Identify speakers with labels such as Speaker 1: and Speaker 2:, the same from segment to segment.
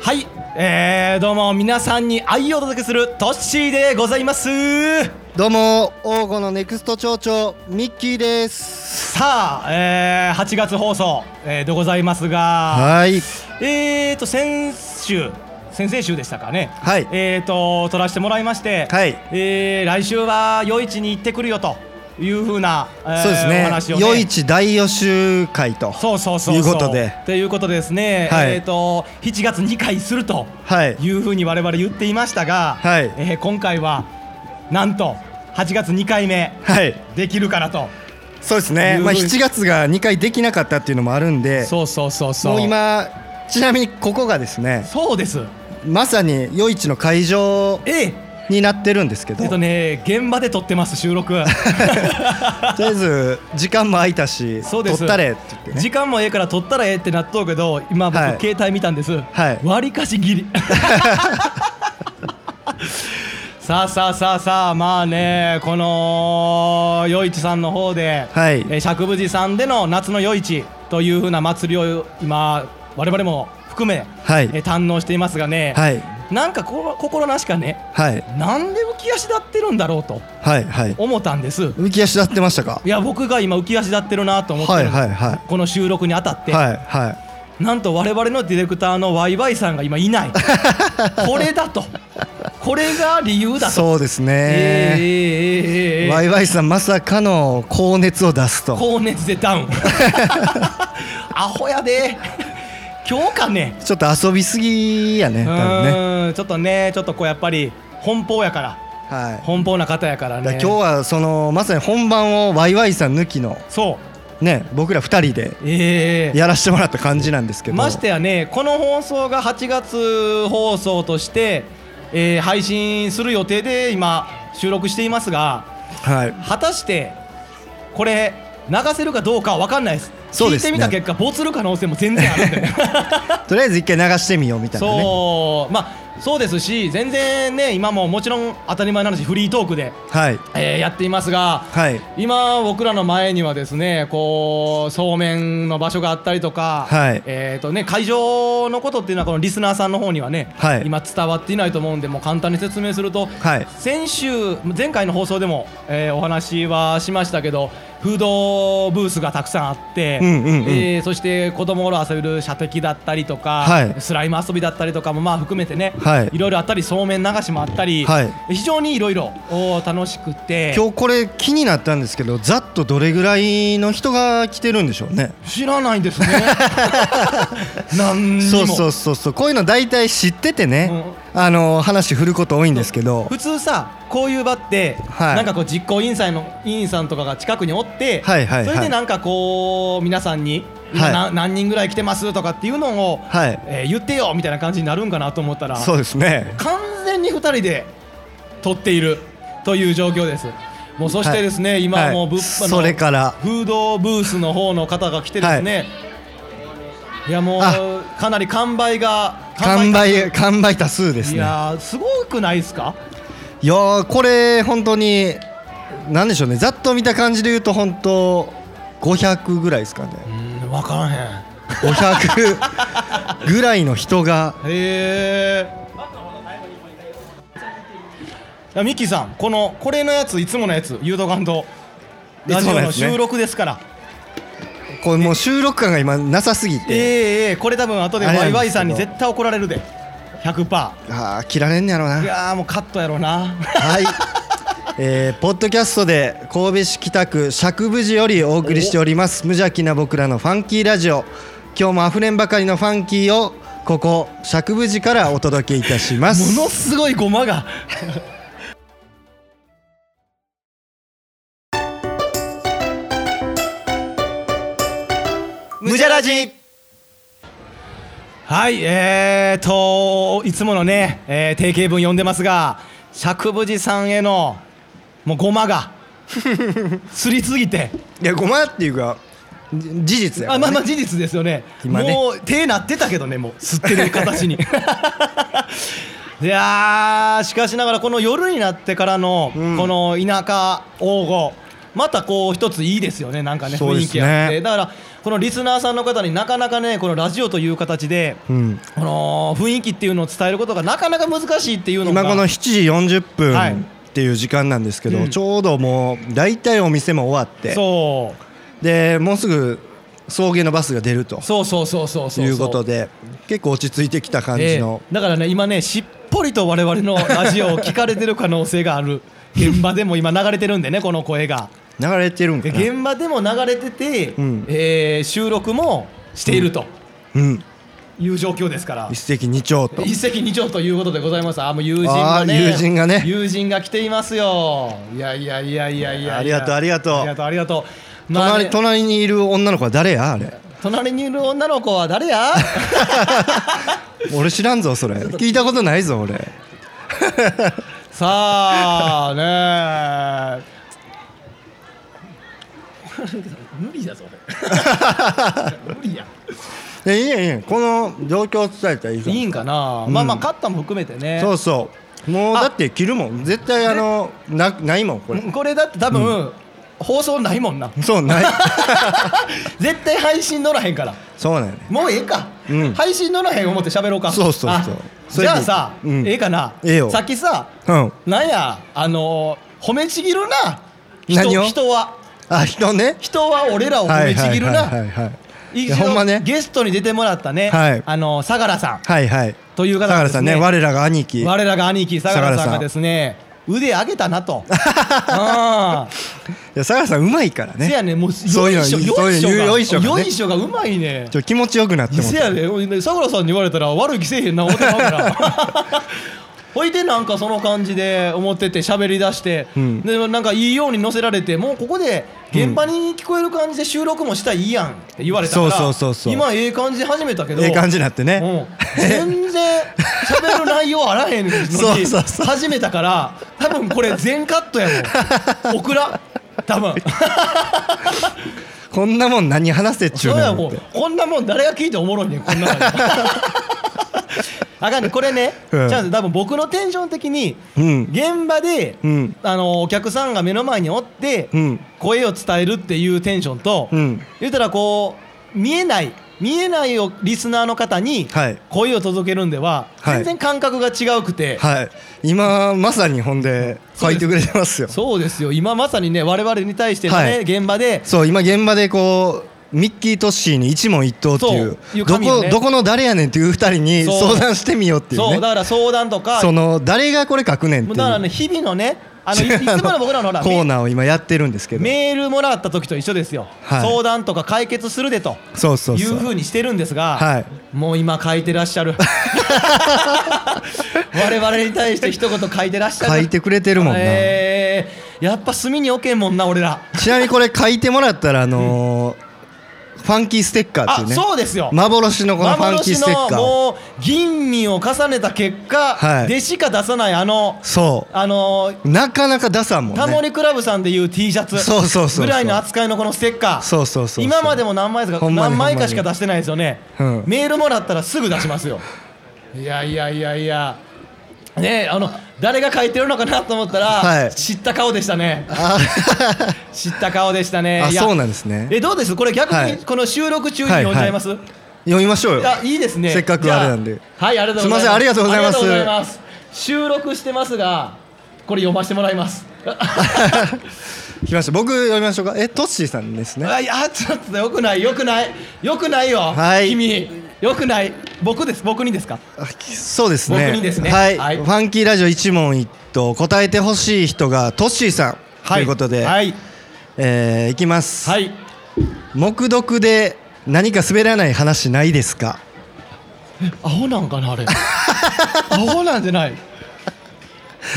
Speaker 1: はい、えー、どうも皆さんに愛をお届けするトッシーでございます
Speaker 2: どうも王吾のネクスト町長ミッキーです
Speaker 1: さあ、えー、8月放送、えー、でございますが
Speaker 2: はい
Speaker 1: えーと先週先々週でしたかね
Speaker 2: はい
Speaker 1: えーと撮らせてもらいまして、
Speaker 2: はい
Speaker 1: えー、来週は夜市に行ってくるよというふうな、えー
Speaker 2: そうです
Speaker 1: お
Speaker 2: ね
Speaker 1: 話をね
Speaker 2: 夜市大予習会と
Speaker 1: そうそうそうそう
Speaker 2: いうことで
Speaker 1: ということでですね、
Speaker 2: はい
Speaker 1: えーと7月2回すると
Speaker 2: はい
Speaker 1: いうふうに我々言っていましたが、
Speaker 2: はい
Speaker 1: えー今回はなんと8月2回目
Speaker 2: はい
Speaker 1: できるからと、
Speaker 2: そうですね
Speaker 1: いう
Speaker 2: まあ7月が2回できなかったっていうのもあるんで
Speaker 1: そうそうそうそう
Speaker 2: もう今ちなみにここがですね
Speaker 1: そうです
Speaker 2: まさに夜市の会場
Speaker 1: ええ
Speaker 2: になってるんですけど
Speaker 1: えっとね現場で撮ってます収 録
Speaker 2: とりあえず時間も空いたし
Speaker 1: そうです
Speaker 2: 撮ったれって言ってね
Speaker 1: 時間もええから撮ったらええってなっとうけど今僕、
Speaker 2: はい
Speaker 1: 携帯見たんです、
Speaker 2: はい
Speaker 1: 割りか しギリさあさあさあさあまあねこの夜市さんの方で、
Speaker 2: はい
Speaker 1: えー釈武寺さんでの夏の夜市というふうな祭りを今我々も含め、
Speaker 2: はい
Speaker 1: えー堪能していますがね、
Speaker 2: はい
Speaker 1: なんかこ心なしかね
Speaker 2: はい
Speaker 1: なんで浮き足立ってるんだろうと
Speaker 2: はいはい
Speaker 1: 思ったんです
Speaker 2: 浮き足立ってましたか
Speaker 1: いや僕が今浮き足立ってるなと思ってる、
Speaker 2: はいはいは
Speaker 1: この収録にあたっ
Speaker 2: い
Speaker 1: て、
Speaker 2: はいはい
Speaker 1: なんと我々のディレクターのワイワイさんが今 いないこれだとこれが理由だと
Speaker 2: そうです
Speaker 1: え
Speaker 2: ね
Speaker 1: えええええええ
Speaker 2: ワイワイさんまさかの高熱を出すと
Speaker 1: 高熱で ダウンアホやで今日かね
Speaker 2: ちょっと遊びすぎやね
Speaker 1: う
Speaker 2: 多分ね
Speaker 1: ーんちょっとねちょっとこうやっぱり奔放やから
Speaker 2: はい
Speaker 1: 奔放な方やから
Speaker 2: だから
Speaker 1: ね
Speaker 2: 今日はそのまさに本番をワイワイさん抜きの
Speaker 1: そう
Speaker 2: ね僕ら二人で
Speaker 1: ええええ
Speaker 2: やらしてもらった感じなんですけど
Speaker 1: ましてやねこの放送が8月放送として、えー配信する予定で今収録していますが
Speaker 2: はい
Speaker 1: 果たしてこれ流せるかどうかは分かんないです
Speaker 2: そうですね
Speaker 1: 聞いてみた結果没る可能性も全然あ るんで、ね、
Speaker 2: とりあえず一回流してみようみたいなね
Speaker 1: そうまあそうですし全然ね今ももちろん当たり前なのしフリートークで、
Speaker 2: はい
Speaker 1: えーやっていますが
Speaker 2: はい
Speaker 1: 今僕らの前にはですねこうそうめんの場所があったりとか、
Speaker 2: はい
Speaker 1: えーとね、会場のことっていうのはこのリスナーさんの方にはね、
Speaker 2: はい
Speaker 1: 今伝わっていないと思うんでもう簡単に説明すると、
Speaker 2: はい
Speaker 1: 先週前回の放送でも、えーお話はしましたけどフードブースがたくさんあって、
Speaker 2: うんうんうん
Speaker 1: えーそして子供の遊べる射的だったりとか、
Speaker 2: はい
Speaker 1: スライム遊びだったりとかもまあ含めてね、
Speaker 2: はい
Speaker 1: ろいろあったりそうめん流しもあったり、
Speaker 2: はい
Speaker 1: 非常にいろいろお楽しくて。
Speaker 2: 今日これ気になったんですけどざっとどれぐらいの人が来てるんでしょうね
Speaker 1: 知らないん ですね。何にも
Speaker 2: そうそうそうそうこういうの大体知っててね、あの話振ること多いんですけど
Speaker 1: 普通さこういう場って、
Speaker 2: はい
Speaker 1: なんかこう実行委員さんの委員さんとかが近くにおって、
Speaker 2: はいはいはい
Speaker 1: それでなんかこう皆さんに、今
Speaker 2: はい
Speaker 1: な何人ぐらい来てますとかっていうのを、
Speaker 2: はい
Speaker 1: えー言ってよみたいな感じになるんかなと思ったら
Speaker 2: そうですね
Speaker 1: 完全に2人で撮っているという状況です。もうそしてですね、
Speaker 2: はい
Speaker 1: 今はも
Speaker 2: は
Speaker 1: う
Speaker 2: い
Speaker 1: 物販の
Speaker 2: それから
Speaker 1: フードブースの方の方が来てですね、い、やも
Speaker 2: あ
Speaker 1: うかなり完売が
Speaker 2: 完
Speaker 1: が
Speaker 2: 売完売多数ですね
Speaker 1: い
Speaker 2: いや
Speaker 1: やーすごくないですか
Speaker 2: ーこれ本当になんでしょうねざっと見た感じで言うと本当500ぐらいですかね
Speaker 1: うん分からへん
Speaker 2: 500ぐらいの人が
Speaker 1: へえミッキーさんこのこれのやついつものやつ誘導感動
Speaker 2: い
Speaker 1: ラ
Speaker 2: つ
Speaker 1: ジ
Speaker 2: もの
Speaker 1: オの
Speaker 2: やつね
Speaker 1: 収録ですから、
Speaker 2: これもう収録感が今なさすぎ
Speaker 1: ええ
Speaker 2: て、
Speaker 1: ええこれ多分後で
Speaker 2: あれなん
Speaker 1: ワ
Speaker 2: で
Speaker 1: イ
Speaker 2: すけど
Speaker 1: ワイさんに絶対怒られるで100%
Speaker 2: ああ切られんねやろうない
Speaker 1: やーもうカットやろうな
Speaker 2: はい、えー、ポッドキャストで神戸市北区釈部寺よりお送りしております無邪気な僕らのファンキーラジオ今日もあふれんばかりのファンキーをここ釈部寺からお届けいたします
Speaker 1: ものすごいゴマが
Speaker 2: 無邪ラジ
Speaker 1: はい、えーと、いつものね、えー定型文読んでますが、釈部寺さんへの、もうご まが、すりすぎて、
Speaker 2: いやごまっていうかじ事実や
Speaker 1: あ
Speaker 2: から
Speaker 1: まあ
Speaker 2: ね
Speaker 1: まあ事実ですよね、
Speaker 2: 今ね
Speaker 1: もう手なってたけどね、もう、吸ってる 形に。いやーしかしながらこの夜になってからの
Speaker 2: うん
Speaker 1: この田舎応募またこう一ついいですよねなんかね
Speaker 2: そう
Speaker 1: 雰
Speaker 2: で
Speaker 1: 囲
Speaker 2: す
Speaker 1: 気
Speaker 2: ね
Speaker 1: あってだからこのリスナーさんの方になかなかねこのラジオという形で
Speaker 2: うん、
Speaker 1: この雰囲気っていうのを伝えることがなかなか難しいっていうのが
Speaker 2: 今この7時40分
Speaker 1: はい
Speaker 2: っていう時間なんですけど、
Speaker 1: うん
Speaker 2: ちょうどもう大体お店も終わって
Speaker 1: そう
Speaker 2: でもうすぐ送迎のバスが出ると
Speaker 1: そうそうそうそうそう
Speaker 2: いうことで結構落ち着いてきた感
Speaker 1: え
Speaker 2: じ
Speaker 1: え
Speaker 2: の、
Speaker 1: だからね今ねしっぽりと我々のラジオを聞かれてる可能性が ある現場でも今流れてるんでねこの声が
Speaker 2: 流れてるんか
Speaker 1: で
Speaker 2: な、
Speaker 1: 現場でも流れてて、
Speaker 2: うん
Speaker 1: えー収録もしていると
Speaker 2: うん、
Speaker 1: いう状況ですから、
Speaker 2: 一石二鳥と
Speaker 1: 一石二鳥ということでございますあもう友人が
Speaker 2: あ
Speaker 1: ね
Speaker 2: ー友人がね
Speaker 1: 友人が来ていますよいやいやいやいやいや
Speaker 2: ありがとうありがとう
Speaker 1: ありがとうありがとう、まあね
Speaker 2: 隣隣にいる女の子は誰やあれ
Speaker 1: 隣にいる女の子は 誰や
Speaker 2: 俺知らんぞ それ聞いたことないぞ俺
Speaker 1: さあねえ無理だぞ俺 無理や
Speaker 2: いやいいやいいやこの状況を伝えたらいいぞ
Speaker 1: いいんかな、
Speaker 2: うん
Speaker 1: まあまあ勝ったも含めてね
Speaker 2: そうそうもう
Speaker 1: あ
Speaker 2: だって着るもん絶対あのなないもんこれ
Speaker 1: これだって多分、放送ないも んな
Speaker 2: そうない
Speaker 1: 絶対配信乗らへんから
Speaker 2: そうなんやね
Speaker 1: もうええか、
Speaker 2: うん
Speaker 1: 配信乗らへん思って喋ろうか
Speaker 2: そうそうそう
Speaker 1: あ
Speaker 2: そ
Speaker 1: じ
Speaker 2: れ
Speaker 1: ゃ
Speaker 2: で
Speaker 1: あさ、
Speaker 2: うん
Speaker 1: ええかな
Speaker 2: ええよ
Speaker 1: さっきさ
Speaker 2: うん
Speaker 1: なんやあのー褒めちぎるな人
Speaker 2: 何を
Speaker 1: 人は
Speaker 2: あ人ね
Speaker 1: 人は俺らを褒めちぎるな、
Speaker 2: はいはいはいはいい
Speaker 1: 一
Speaker 2: やほ
Speaker 1: 応
Speaker 2: んまね
Speaker 1: ゲストに出てもらったね、
Speaker 2: はい
Speaker 1: あの相良さん
Speaker 2: はいはい
Speaker 1: という方
Speaker 2: 相
Speaker 1: が
Speaker 2: 良
Speaker 1: です
Speaker 2: さんね我らが兄貴
Speaker 1: 我らが兄貴相良さ
Speaker 2: 相良
Speaker 1: ん
Speaker 2: さ
Speaker 1: が
Speaker 2: ん
Speaker 1: ですね腕上げた なとあ
Speaker 2: いや相良さんうまいから
Speaker 1: せや
Speaker 2: ね
Speaker 1: ねもう
Speaker 2: そういうの
Speaker 1: よいしょ
Speaker 2: そういうの
Speaker 1: よいしょが
Speaker 2: よ
Speaker 1: よ
Speaker 2: い
Speaker 1: いしょがうまいね
Speaker 2: ちょ気持ちよくなっても
Speaker 1: せやね俺ね相良さんに言われたら悪い気せえへんな思ってたから ほいでなんかその感じで思ってて喋り出して、
Speaker 2: うん
Speaker 1: でなんかいいように乗せられてもうここで現場に聞こえる感じで収録もしたらいいやんって言われたから、
Speaker 2: そうそうそうそう
Speaker 1: 今ええ感じで始めたけど
Speaker 2: ええ感じになってね
Speaker 1: うん、全然喋る内容あらへんの に
Speaker 2: そうそうそう
Speaker 1: 始めたから多分これ全カットや もんオクラ多分
Speaker 2: こんなもん何話せっちゅ
Speaker 1: そううや
Speaker 2: の
Speaker 1: も
Speaker 2: っ
Speaker 1: ん
Speaker 2: て
Speaker 1: こんなもん誰が聞いておもろいねんこんなのあかんねこれね、
Speaker 2: うん
Speaker 1: ちゃんと多分僕のテンション的に、
Speaker 2: うん
Speaker 1: 現場で、
Speaker 2: うん
Speaker 1: あのお客さんが目の前におって、
Speaker 2: うん
Speaker 1: 声を伝えるっていうテンションと、
Speaker 2: うん
Speaker 1: 言うたらこう見えない見えないをリスナーの方に
Speaker 2: はい
Speaker 1: 声を届けるんでは、
Speaker 2: はい
Speaker 1: 全然感覚が違うくて、
Speaker 2: はい今まさにほんで書いてくれてますよ
Speaker 1: そうですよ今まさにね我々に対してのね、
Speaker 2: はい
Speaker 1: 現場で
Speaker 2: そう今現場でこうミッキー・トッシーに一問一答っていう
Speaker 1: そういう
Speaker 2: ど
Speaker 1: 神よ
Speaker 2: こ
Speaker 1: ね
Speaker 2: どこの誰やねんっていう二人に
Speaker 1: そう
Speaker 2: 相談してみようっていう
Speaker 1: そうだ
Speaker 2: ね
Speaker 1: から相談とか
Speaker 2: その誰がこれ書くねんって
Speaker 1: も
Speaker 2: いうう
Speaker 1: だからね日々のね あのいいつもの僕らのほら
Speaker 2: コーナーを今やってるんですけど
Speaker 1: メールもらった時と一緒ですよ、
Speaker 2: はい
Speaker 1: 相談とか解決するでと
Speaker 2: そうそう
Speaker 1: いう
Speaker 2: そ
Speaker 1: ふう
Speaker 2: う
Speaker 1: にしてるんですが、
Speaker 2: はい
Speaker 1: もう今書いてらっし ゃる我々に対して一言書いてらっしゃる
Speaker 2: 書いてくれてるもんな
Speaker 1: えーやっぱ隅に置けんもんな俺ら
Speaker 2: ちなみにこれ書いてもらったらあのーファンキーステッカーってい
Speaker 1: あ
Speaker 2: うね
Speaker 1: そうですよ
Speaker 2: 幻のこのファンキー
Speaker 1: 幻
Speaker 2: ステッ
Speaker 1: の
Speaker 2: カー
Speaker 1: もう吟味を重ねた結果、
Speaker 2: はい
Speaker 1: でしか出さないあの
Speaker 2: そ
Speaker 1: あの
Speaker 2: うなかなか出さんもん
Speaker 1: タモ
Speaker 2: ね
Speaker 1: リクラブさんでいう T シャツ
Speaker 2: そうそうそうそう
Speaker 1: ぐらいの扱いのこのステッカー
Speaker 2: そうそうそうそう
Speaker 1: 今までも何枚ですか
Speaker 2: ほんまに
Speaker 1: 何枚
Speaker 2: ほんま
Speaker 1: か
Speaker 2: に
Speaker 1: しか出してないですよね、
Speaker 2: うん
Speaker 1: メールもらったらすぐ出しま すよいやいやいやいやねえあの誰が書いてるのかなと思ったら、
Speaker 2: はい
Speaker 1: 知った顔でしたね
Speaker 2: あ
Speaker 1: 知った顔でしたね
Speaker 2: あ
Speaker 1: いや
Speaker 2: そうなんですね
Speaker 1: えどうですこれ逆
Speaker 2: は
Speaker 1: に
Speaker 2: い
Speaker 1: この収録中に読んじゃいます、
Speaker 2: 読みましょうよ
Speaker 1: あいいですね
Speaker 2: せっかくあれなんで
Speaker 1: じゃあはいありがとうご
Speaker 2: すいま
Speaker 1: ざいます
Speaker 2: せんありがとうございます
Speaker 1: ありがとうございます収録してますがこれ読ませてもらいます
Speaker 2: 来ました僕読みましょうかえトッシーさんですね
Speaker 1: あいやちょっとよくないよくないよくないよ、
Speaker 2: はい
Speaker 1: 君よくない僕です僕にですか
Speaker 2: あきそうですね
Speaker 1: 僕にですね
Speaker 2: はい、
Speaker 1: はい
Speaker 2: ファンキーラジオ一問一答答えてほしい人がトッシーさん、ということで、
Speaker 1: はい
Speaker 2: えーいきます、
Speaker 1: はい
Speaker 2: 目読で何か滑らない話ないですか
Speaker 1: アホなん かなあれアホなんじゃない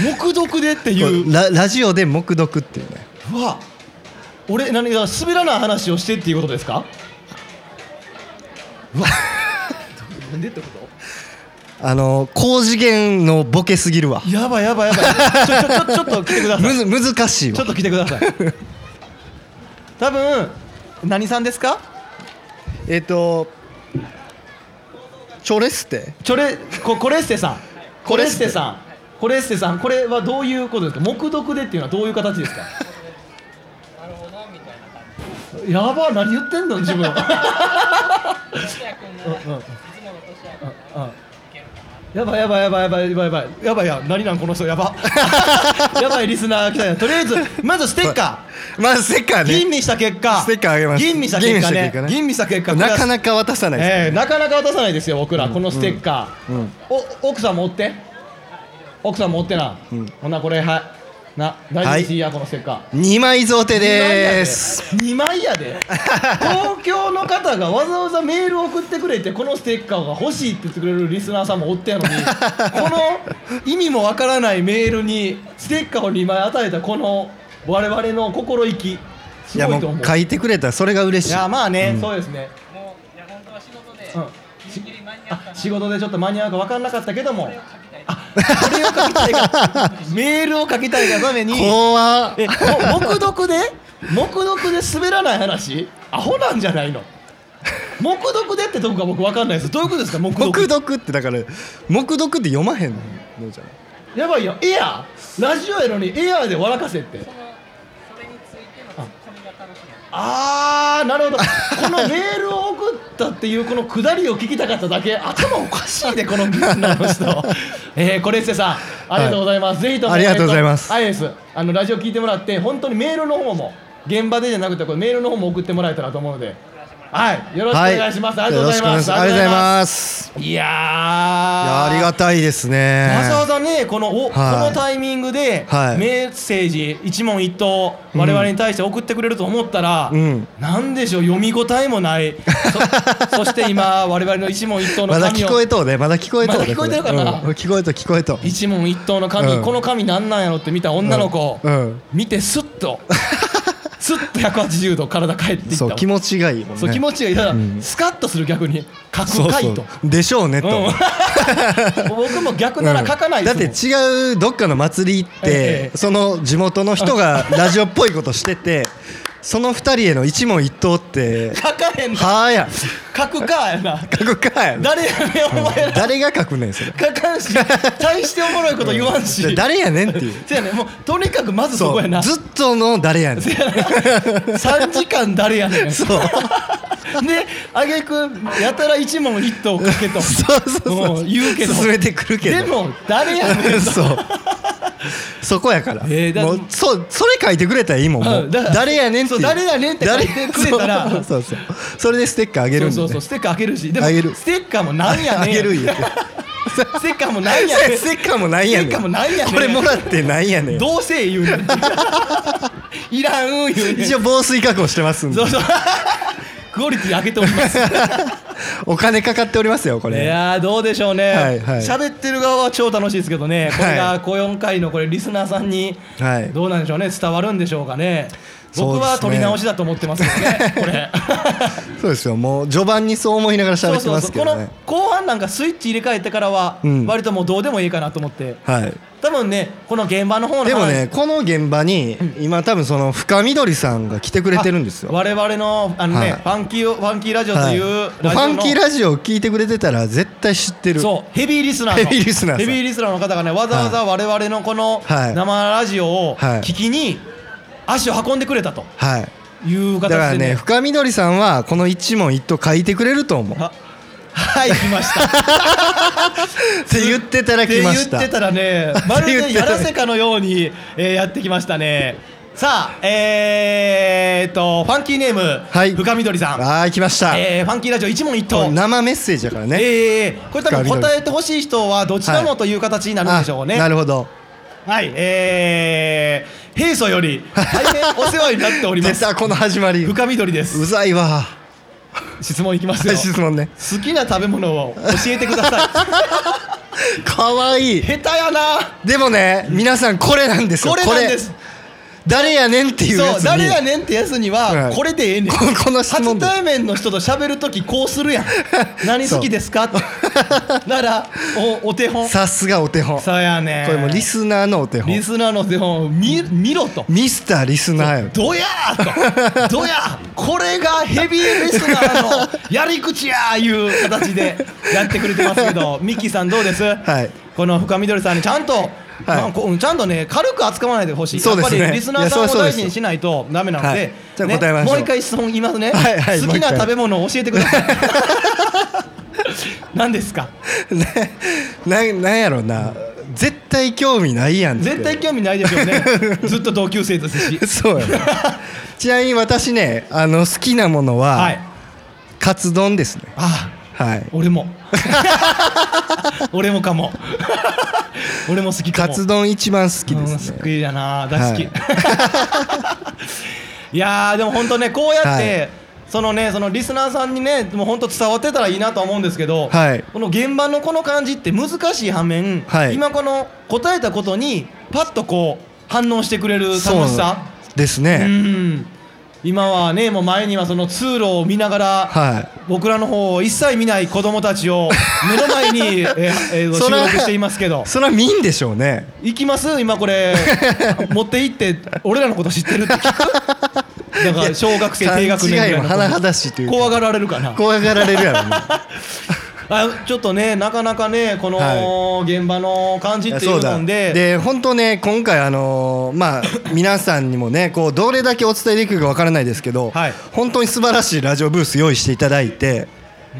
Speaker 1: 黙読でっていう
Speaker 2: ララジオで目読っていうね
Speaker 1: うわ俺何だ滑らない話をしてっていうことですかうわでってこと
Speaker 2: あの高次元のボケすぎるわ
Speaker 1: やばいやばいやばいちょちょちょちょっと来てくださ
Speaker 2: む
Speaker 1: い
Speaker 2: ず難しい
Speaker 1: ちょ
Speaker 2: わ
Speaker 1: っと来てください多分何さんですか
Speaker 2: えっ、とチョレステ
Speaker 1: チョレこコレステさんコ
Speaker 2: コ
Speaker 1: レ
Speaker 2: レ
Speaker 1: ス
Speaker 2: ス
Speaker 1: テ
Speaker 2: テ
Speaker 1: さんコレステさんこれはどういうことですか黙読でっていうのはどういう形ですかやば何言ってんの自分うんうんうんやばいやばいやばいやばいやばいやばいやばいや何なんこの人 やばやばいリスナー来たやんとりあえずまずステッカ
Speaker 2: まあステッカー
Speaker 1: ー吟
Speaker 2: ね
Speaker 1: 味した結果
Speaker 2: ステッカーあげます
Speaker 1: 吟味した結果ね吟
Speaker 2: 吟
Speaker 1: 味
Speaker 2: 味
Speaker 1: した結果
Speaker 2: なかなか渡さないで
Speaker 1: ええなかなか渡さないですよ僕ら、このステッカー、お奥さん持って奥さん持ってな、ほなこれはいな大事にしいや、このステッカー
Speaker 2: す、2枚贈呈です
Speaker 1: 2枚やで東京の方がわざわざメール送ってくれてこのステッカーが欲しいって言ってくれるリスナーさんもおったやのに この意味もわからないメールにステッカーを2枚与えたこの我々の心意気
Speaker 2: い
Speaker 1: す
Speaker 2: や
Speaker 1: ごい
Speaker 2: も
Speaker 1: と思う
Speaker 2: う書いてくれたらそれが嬉
Speaker 1: い
Speaker 2: しい
Speaker 1: やまあね、そうですね
Speaker 3: もういや本当は仕事で
Speaker 1: うん
Speaker 3: ギリギリ間に合った
Speaker 1: あ仕事でちょっと間に合うか分かんなかったけどもあこれを書きたいがメールを書きたいがために
Speaker 2: 怖
Speaker 1: えも黙読で黙読で滑らない話アホなんじゃないの黙読でってとこが僕分かんないですどういうことですか黙読
Speaker 2: 黙読ってだから黙読って読まへんのじゃない
Speaker 1: やばいよエアーラジオやのにエアーで笑かせって
Speaker 3: それについてのツッコミが楽しみ
Speaker 1: あーなるほどこのメールを送ったっていうこのくだりを聞きたかっただけ頭おかし いねこのみんなの人えー、コレッセさんありがとうございます、ぜひとも
Speaker 2: ありがとうございます
Speaker 1: えーとアイエスあのラジオ聞いてもらって本当にメールの方も現場でじゃなくてこれメールの方も送ってもらえたらと思うのではいよろしくお願いします、ありがとうござ
Speaker 2: よろし
Speaker 1: います
Speaker 2: くお願いしありがとうござい
Speaker 1: あ
Speaker 2: ます
Speaker 1: りがとうございますいや
Speaker 2: い
Speaker 1: ー
Speaker 2: やありがたいですね
Speaker 1: わざわざねこのお、
Speaker 2: はい
Speaker 1: このタイミングで、
Speaker 2: はい
Speaker 1: メッセージ一問一答我々に対して送ってくれると思ったら、
Speaker 2: うん
Speaker 1: なんでしょう読み応えもないそ そして今我々の一問一答の
Speaker 2: まだ
Speaker 1: 紙
Speaker 2: 聞
Speaker 1: を、
Speaker 2: こえとうねまだ聞こえとうね
Speaker 1: まだ聞こえてるかな
Speaker 2: うん聞こえとう聞こえとう
Speaker 1: 一問一答の紙、
Speaker 2: うん
Speaker 1: この紙なんなんやろって見た女の子、
Speaker 2: うんうん
Speaker 1: 見てスッ とスッと180度体返っていった
Speaker 2: そう気持ちがいいもんね
Speaker 1: そう気持ちがいいだから、
Speaker 2: うん
Speaker 1: スカッとする逆に書
Speaker 2: そ
Speaker 1: く
Speaker 2: う
Speaker 1: かい
Speaker 2: そう
Speaker 1: と。
Speaker 2: でしょうねと、
Speaker 1: うん僕も逆なら書かないですもん、
Speaker 2: だって違うどっかの祭り行っ
Speaker 1: えええ
Speaker 2: て、
Speaker 1: え
Speaker 2: その地元の人がラジオっぽいことしててその二人への一問一答 って
Speaker 1: 書かへんの
Speaker 2: はあやん
Speaker 1: 書くかやな
Speaker 2: 書くかやん
Speaker 1: 誰やねんお前ら
Speaker 2: 誰が書くねんそれ
Speaker 1: 書かんし大しておもろいこと言わんし
Speaker 2: で誰やねんっていう
Speaker 1: せやねんもうとにかくまずそ
Speaker 2: そ
Speaker 1: こやな
Speaker 2: うずっとの誰やねん
Speaker 1: 3時間誰やね ん
Speaker 2: そう
Speaker 1: であげくやたら一問一答かけと
Speaker 2: そうそうそう
Speaker 1: もう言うけど
Speaker 2: 進めてくるけど
Speaker 1: でも誰やねん
Speaker 2: そうそこやから、
Speaker 1: えーだ
Speaker 2: もうそうそれ書いてくれたらいいもんもう
Speaker 1: うんだから
Speaker 2: 誰やねんっていう
Speaker 1: そう誰やねんって書いてくれたら
Speaker 2: 誰 そうそうそうそれでステッカーあげるんで、
Speaker 1: そ
Speaker 2: ね、
Speaker 1: うそうそうステッカー開けるしでも
Speaker 2: あげる
Speaker 1: ステッカーもなんや
Speaker 2: あ
Speaker 1: ねん
Speaker 2: げる言うて
Speaker 1: ステッカーもなんやねん
Speaker 2: ステッカーもなんやねん
Speaker 1: ステッカーもなんやねん
Speaker 2: これもらってなんやねん
Speaker 1: どうせ言うねん いらん言うねん
Speaker 2: 一応防水加工してますんで
Speaker 1: そう そうクオリティ上げております
Speaker 2: お金かかっておりますよこ
Speaker 1: い
Speaker 2: れ
Speaker 1: やーどうでしょうね、
Speaker 2: はいはい
Speaker 1: 喋ってる側は超楽しいですけどね、これ
Speaker 2: は
Speaker 1: が
Speaker 2: い
Speaker 1: こう4回のこれリスナーさんに
Speaker 2: はい
Speaker 1: どうなんでしょうね、伝わるんでしょうかね、
Speaker 2: そうで
Speaker 1: 僕
Speaker 2: すね
Speaker 1: は取り直しだと思ってますけど ね、これ、
Speaker 2: そうですよもう序盤にそう思いながら
Speaker 1: そ
Speaker 2: 喋
Speaker 1: う
Speaker 2: って
Speaker 1: そう
Speaker 2: ま
Speaker 1: そ
Speaker 2: す
Speaker 1: う、
Speaker 2: けど
Speaker 1: こ
Speaker 2: ね
Speaker 1: の後半なんかスイッチ入れ替えてからは
Speaker 2: う、ん
Speaker 1: 割ともうどうでもいいかなと思って、
Speaker 2: はい
Speaker 1: 多分ね、この現場の方の話
Speaker 2: でもね、この現場に今多分その深緑さんが来てくれてるんですよ
Speaker 1: 我々のあのね、
Speaker 2: はい
Speaker 1: ファンキーをファンキーラジオと
Speaker 2: はいいうファンキー
Speaker 1: ジ
Speaker 2: ラジオを聞いてくれてたら絶対知ってる
Speaker 1: そうヘビーリスナーの
Speaker 2: ヘビーリスナーさ
Speaker 1: ヘ
Speaker 2: ん
Speaker 1: ビーリスナーの方がねわざわざ我々のこの
Speaker 2: はい
Speaker 1: 生ラジオを
Speaker 2: はい
Speaker 1: 聞きに足を運んでくれたと
Speaker 2: はい
Speaker 1: いう
Speaker 2: だから
Speaker 1: 形で
Speaker 2: ね
Speaker 1: ね
Speaker 2: 深緑さんはこの一問一答書いてくれると思う っ
Speaker 1: ははい来ましたって
Speaker 2: 言ってたら
Speaker 1: て
Speaker 2: 来
Speaker 1: 言
Speaker 2: まし
Speaker 1: ったてたらねま る
Speaker 2: 言っ
Speaker 1: で
Speaker 2: てた
Speaker 1: やらせかのように、えーやってきましたねさあえー、っとファンキーネーム、
Speaker 2: はい
Speaker 1: 深緑さん、
Speaker 2: あー来ました
Speaker 1: えーファンキーラジオ一問一
Speaker 2: こ
Speaker 1: 答
Speaker 2: れ生メッセージだからね
Speaker 1: えー、これ多分答えてほしい人はどちらもという形になるんでしょうね、
Speaker 2: あなるほど
Speaker 1: はい、えー、平素より大変お世話になっておりま
Speaker 2: 出
Speaker 1: す。
Speaker 2: たこの始まり
Speaker 1: 深緑で
Speaker 2: う
Speaker 1: す。
Speaker 2: ざいわ
Speaker 1: 質問い きますよ。
Speaker 2: 質問ね
Speaker 1: 好きな食べ物を教えてください。
Speaker 2: かわいい
Speaker 1: 下手やな。
Speaker 2: でもね皆さんこれなんですよ
Speaker 1: これなんです。
Speaker 2: 誰やねんっていうや
Speaker 1: そ
Speaker 2: つ
Speaker 1: う
Speaker 2: に
Speaker 1: 誰やねんってやつには
Speaker 2: はい
Speaker 1: これでええねん
Speaker 2: ここの質問
Speaker 1: 初
Speaker 2: で
Speaker 1: 対面の人と喋るときこうす るやん何好きですかってならおお手本
Speaker 2: さすがお手本こ
Speaker 1: そうやねん
Speaker 2: れもうリスナーのお手
Speaker 1: リ
Speaker 2: 本
Speaker 1: スナーの手本見見ろと
Speaker 2: ミスターリスナーよ
Speaker 1: どやーとどやーこれがヘビーリスナーのやり口やーいう形でやってくれてますけど ミッキーさんどうです、
Speaker 2: はい
Speaker 1: この深緑さんにちゃんと、まあこうちゃんとね軽く扱わないでほしい
Speaker 2: そうですね
Speaker 1: やっぱりリスナーさん
Speaker 2: いや
Speaker 1: を
Speaker 2: そうです
Speaker 1: 大事にしないとダメなの
Speaker 2: は
Speaker 1: で、
Speaker 2: いじゃあ
Speaker 1: ね
Speaker 2: 答えましょう
Speaker 1: もう一回質問言いますね、
Speaker 2: はいはい
Speaker 1: 好
Speaker 2: もう
Speaker 1: き
Speaker 2: 一
Speaker 1: な
Speaker 2: 回
Speaker 1: 食べ物を教えてくだ さい何ですか
Speaker 2: な なんやろな絶対興味ないやんって
Speaker 1: 絶対興味ないでしょうねずっと同級生です し
Speaker 2: そうやねちなみに私ねあの好きなものは、
Speaker 1: はい
Speaker 2: カツ丼ですね
Speaker 1: ああ
Speaker 2: はい
Speaker 1: 俺も俺もかも俺も好きか
Speaker 2: カ
Speaker 1: も
Speaker 2: ツ丼一番好きです
Speaker 1: うん
Speaker 2: ね
Speaker 1: 好きだな大好き、い、 やーでも本当ねこうやって、
Speaker 2: はい
Speaker 1: そのねそのリスナーさんにねもう本当伝わってたらいいなとは思うんですけど、
Speaker 2: はい
Speaker 1: この現場のこの感じって難しい反面、
Speaker 2: はい
Speaker 1: 今この答えたことにパッとこう反応してくれる楽
Speaker 2: そう
Speaker 1: しさ
Speaker 2: です
Speaker 1: う
Speaker 2: ね
Speaker 1: ん今はねもう前にはその通路を見ながら、
Speaker 2: は
Speaker 1: 僕らの方を一切見ない子供たちを目の前に えーえー
Speaker 2: そ
Speaker 1: 収
Speaker 2: ら
Speaker 1: 録していますけど
Speaker 2: いそれは見んでしょうね
Speaker 1: 行きます今これ持って行って俺らのこと知ってるって聞 くだから小学生
Speaker 2: 勘
Speaker 1: 低学年ぐら
Speaker 2: 違
Speaker 1: い
Speaker 2: いも
Speaker 1: の子
Speaker 2: 甚だしいというか
Speaker 1: 怖がられるかな
Speaker 2: 怖がられるやろね
Speaker 1: あちょっとねなかなかねこの
Speaker 2: は
Speaker 1: 現場の感じっていうので
Speaker 2: で本当ね今回あのーまあ皆さんにもねこうどれだけお伝えできるかわからないですけど、
Speaker 1: はい
Speaker 2: 本当に素晴らしいラジオブース用意していただいて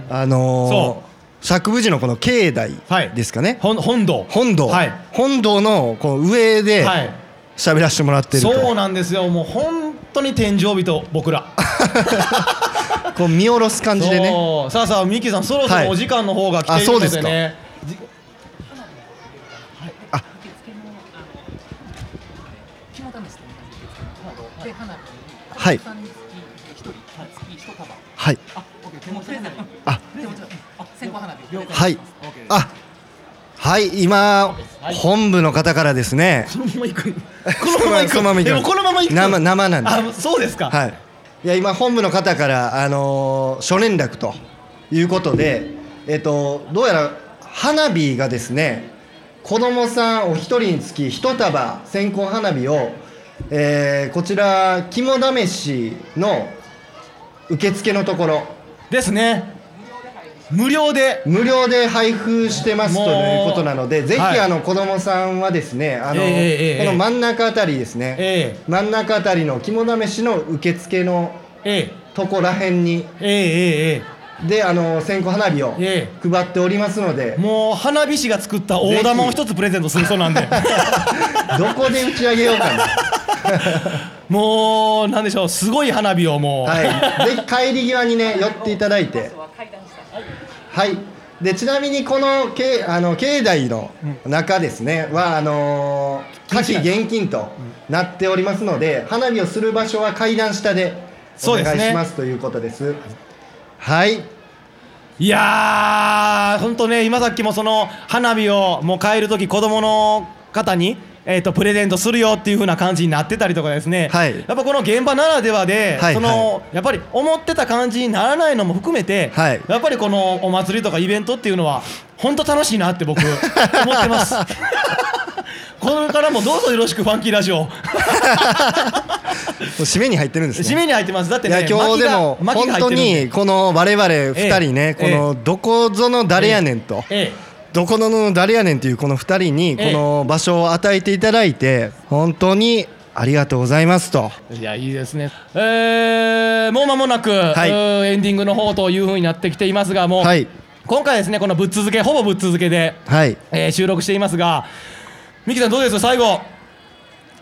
Speaker 2: あ
Speaker 1: そ
Speaker 2: のー、釈部寺のこの境内
Speaker 1: はい
Speaker 2: ですかね、
Speaker 1: 本本堂
Speaker 2: 本堂、
Speaker 1: はい
Speaker 2: 本堂のこう上で
Speaker 1: はい
Speaker 2: 喋らせてもらってると、
Speaker 1: そうなんですよもう本当に天井人僕ら
Speaker 2: こう見下ろす感じでね
Speaker 1: そうさあさあミキさんそろそ
Speaker 2: はい
Speaker 1: ろお時間の方が来ている
Speaker 2: あそ
Speaker 1: の
Speaker 2: うです
Speaker 1: で
Speaker 2: か
Speaker 1: ね、
Speaker 3: 肝試しという感じで、花火
Speaker 2: はい
Speaker 3: さんにつき一人、月一束。
Speaker 2: はい
Speaker 3: あ、オッケー、手持ちで。
Speaker 2: あ
Speaker 3: 手持ちで。あ、線香花火。了解
Speaker 2: はいあはい今、
Speaker 1: はい
Speaker 2: 本部の方からですね
Speaker 1: このまま行く。このまま行
Speaker 2: こ
Speaker 1: く。
Speaker 2: のまま行きます
Speaker 1: でもこのまま行く。
Speaker 2: 生生なんで
Speaker 1: あ、そうですか。
Speaker 2: はい、いや今本部の方から、あのー初連絡ということで、えっとどうやら花火がですね子供さんお一人につき一束線香花火を、えーこちら肝試しの受付のところ
Speaker 1: ですね。無料で。
Speaker 2: 無料で配布してます
Speaker 1: もう
Speaker 2: ということなのでぜひ、
Speaker 1: はい
Speaker 2: あの子供さんはですねあの、
Speaker 1: ええええええ
Speaker 2: この真ん中あたりですね、
Speaker 1: え
Speaker 2: 真ん中あたりの肝試しの受付の
Speaker 1: ええ
Speaker 2: とこらへんに
Speaker 1: ええええ
Speaker 2: であの線香花火を
Speaker 1: え
Speaker 2: 配っておりますので
Speaker 1: え、もう花火師が作った大玉を一つプレゼントするそう なんで。
Speaker 2: どこで打ち上げようか な、
Speaker 1: もうなんでしょう。すごい花火をもう。
Speaker 2: はい、ぜひ帰り際にね寄っていただいてはいでちなみにこのけあの境内の中ですね、はあのー、夏季現金となっておりますので花火をする場所は階段下でお
Speaker 1: そうです
Speaker 2: 願い
Speaker 1: ね
Speaker 2: しますということですはい
Speaker 1: いやー、本当ね、今さっきもその花火をもう帰るとき、子供の方に。えー、とプレゼントするよっていう風な感じになってたりとかですね、
Speaker 2: はい
Speaker 1: やっぱこの現場ならではで、
Speaker 2: はい
Speaker 1: そのやっぱり思ってた感じにならないのも含めて、
Speaker 2: はい
Speaker 1: やっぱりこのお祭りとかイベントっていうのは本当楽しい なって僕思ってますこれからもどうぞよろしくファンキーラジオ
Speaker 2: もう締めに入ってるんですね
Speaker 1: 締めに入ってますだって
Speaker 2: いや
Speaker 1: ね
Speaker 2: 今日でも
Speaker 1: 巻き
Speaker 2: 本
Speaker 1: が巻きが入っ
Speaker 2: 当
Speaker 1: てるんで
Speaker 2: にこの我々2人ね、
Speaker 1: え
Speaker 2: こ
Speaker 1: え
Speaker 2: のどこぞの誰やねんと、
Speaker 1: ええ
Speaker 2: どこの誰やねんというこの2人にこ
Speaker 1: ええ
Speaker 2: の場所を与えていただいて本当にありがとうございますと
Speaker 1: いやいいですね。えー、もう間もなく、
Speaker 2: いう
Speaker 1: ーエンディングの方という風になってきていますが、もう、
Speaker 2: はい
Speaker 1: 今回ですねこのぶっ続けほぼぶっ続けで、
Speaker 2: はい
Speaker 1: えー収録していますが、ミキさんどうです最後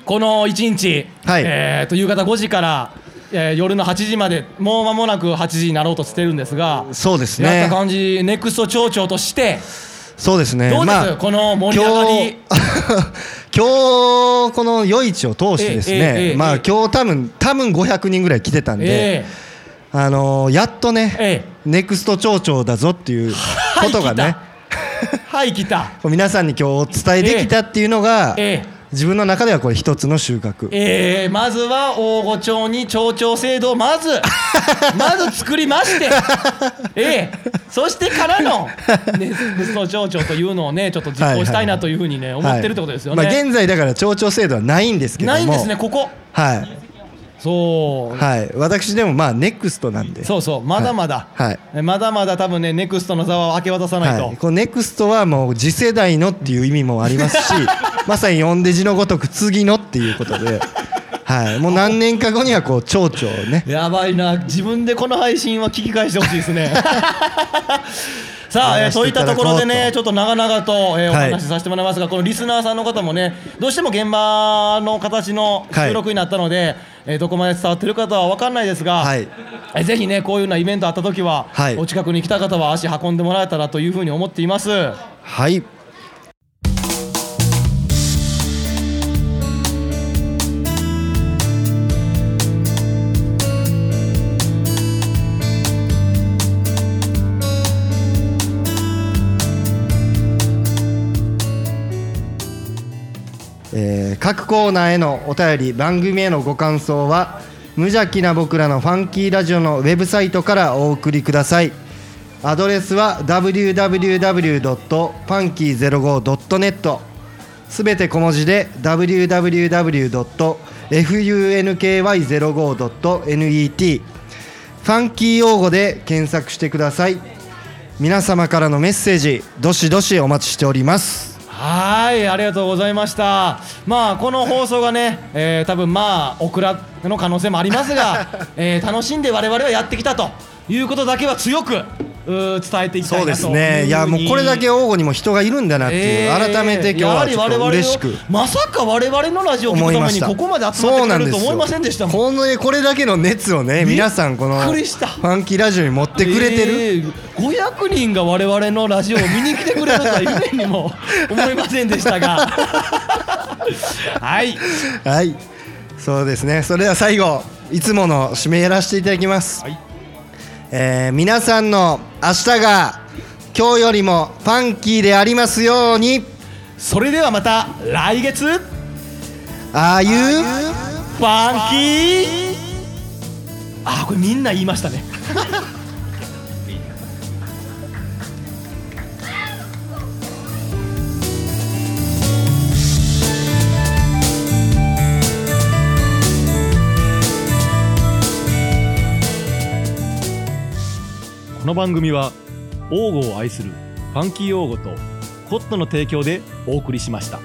Speaker 1: この一日、
Speaker 2: はい
Speaker 1: えーと夕方5時から、えー夜の8時までもう間もなく8時になろうとしてるんですが、
Speaker 2: そうです
Speaker 1: やっ
Speaker 2: ね
Speaker 1: た感じネクスト町長として
Speaker 2: そうですね
Speaker 1: どうです、
Speaker 2: まあ
Speaker 1: この盛り上が
Speaker 2: 今日
Speaker 1: り。
Speaker 2: 今日この夜市を通してです
Speaker 1: ええええ
Speaker 2: ねま
Speaker 1: え
Speaker 2: あ
Speaker 1: え
Speaker 2: 今日多分多分500人ぐらい来てたんで
Speaker 1: え
Speaker 2: あのーやっとね
Speaker 1: え
Speaker 2: ネクスト町長だぞって いうことがね
Speaker 1: はい来た。
Speaker 2: こう皆さんに今日お伝えできたっていうのが、
Speaker 1: ええ
Speaker 2: 自分の中ではこれ一つの収穫
Speaker 1: えー、まずは大御町に町長制度をまず まず作りまして、ええそしてからの、ね、ネスト町長というのをねちょっと実行したいなというふうにね思ってるってことですよね、
Speaker 2: はいまあ、現在だから町長制度はないんですけども
Speaker 1: ないんですねここ
Speaker 2: はい
Speaker 1: そう、
Speaker 2: はい、私でもまあネクストなんで
Speaker 1: そうそうまだまだ、
Speaker 2: はい
Speaker 1: えまだまだ多分ねネクストの座は明け渡さないと、
Speaker 2: はい、このネクストはもう次世代のっていう意味もあります しまさに呼んで字のごとく次のっていうことで、はい、もう何年か後にはこう町長をね
Speaker 1: やばいな自分でこの配信は聞き返してほしいで すねさあ、え
Speaker 2: やら
Speaker 1: ー
Speaker 2: せ
Speaker 1: そう
Speaker 2: て
Speaker 1: い
Speaker 2: い
Speaker 1: ったた
Speaker 2: だ
Speaker 1: と
Speaker 2: こ
Speaker 1: こ
Speaker 2: うと
Speaker 1: ろでねちょっと長々と、えーお
Speaker 2: はい
Speaker 1: 話しさせてもらいますが、このリスナーさんの方もねどうしても現場の形の
Speaker 2: はい
Speaker 1: 収録になったので、えーどこまで伝わってるかとは分かんないですが、
Speaker 2: はい
Speaker 1: えーぜひねこういうようなイベントあった時は、
Speaker 2: はい
Speaker 1: お近くに来た方は足運んでもらえたらというふうに思っています。
Speaker 2: はいえー各コーナーへのお便り番組へのご感想は無邪気な僕らのファンキーラジオのウェブサイトからお送りくださいアドレスは www.funky05.net すべて小文字で www.funky05.net ファンキー用語で検索してください皆様からのメッセージどしどしお待ちしております
Speaker 1: はいありがとうございましたまあこの放送がね、えー多分まあオクラの可能性もありま すが、えー楽しんで我々はやってきたということだけは強くうー伝えていき
Speaker 2: そ
Speaker 1: たいな
Speaker 2: う
Speaker 1: と
Speaker 2: ですねい
Speaker 1: ふ
Speaker 2: や
Speaker 1: に
Speaker 2: もうこれだけ王吾にも人がいるんだなっていう、
Speaker 1: えー
Speaker 2: 改めて今日はちょっ
Speaker 1: やは
Speaker 2: と
Speaker 1: り我々を
Speaker 2: 嬉しく
Speaker 1: まさか我々のラジオを聞
Speaker 2: 思
Speaker 1: く
Speaker 2: い
Speaker 1: た
Speaker 2: ま
Speaker 1: め
Speaker 2: し
Speaker 1: に
Speaker 2: た
Speaker 1: ここまで集まってくれると思いませんでしたもん
Speaker 2: このこれだけの熱をね皆さんこの
Speaker 1: びっ
Speaker 2: フ
Speaker 1: くりした
Speaker 2: ァンキーラジオに持ってくれてる、
Speaker 1: えー500人が我々のラジオを見に来てくれるとは夢にも思いませんでし たがはい
Speaker 2: はいそうですねそれでは最後いつもの締めやらせていただきます、
Speaker 1: はい
Speaker 2: えー皆さんの明日が今日よりもファンキーでありますように
Speaker 1: それではまた来月フ
Speaker 2: ああいう
Speaker 1: ァンキーあーこれみんな言いましたね
Speaker 4: この番組は王語を愛するファンキー王語とコットの提供でお送りしました。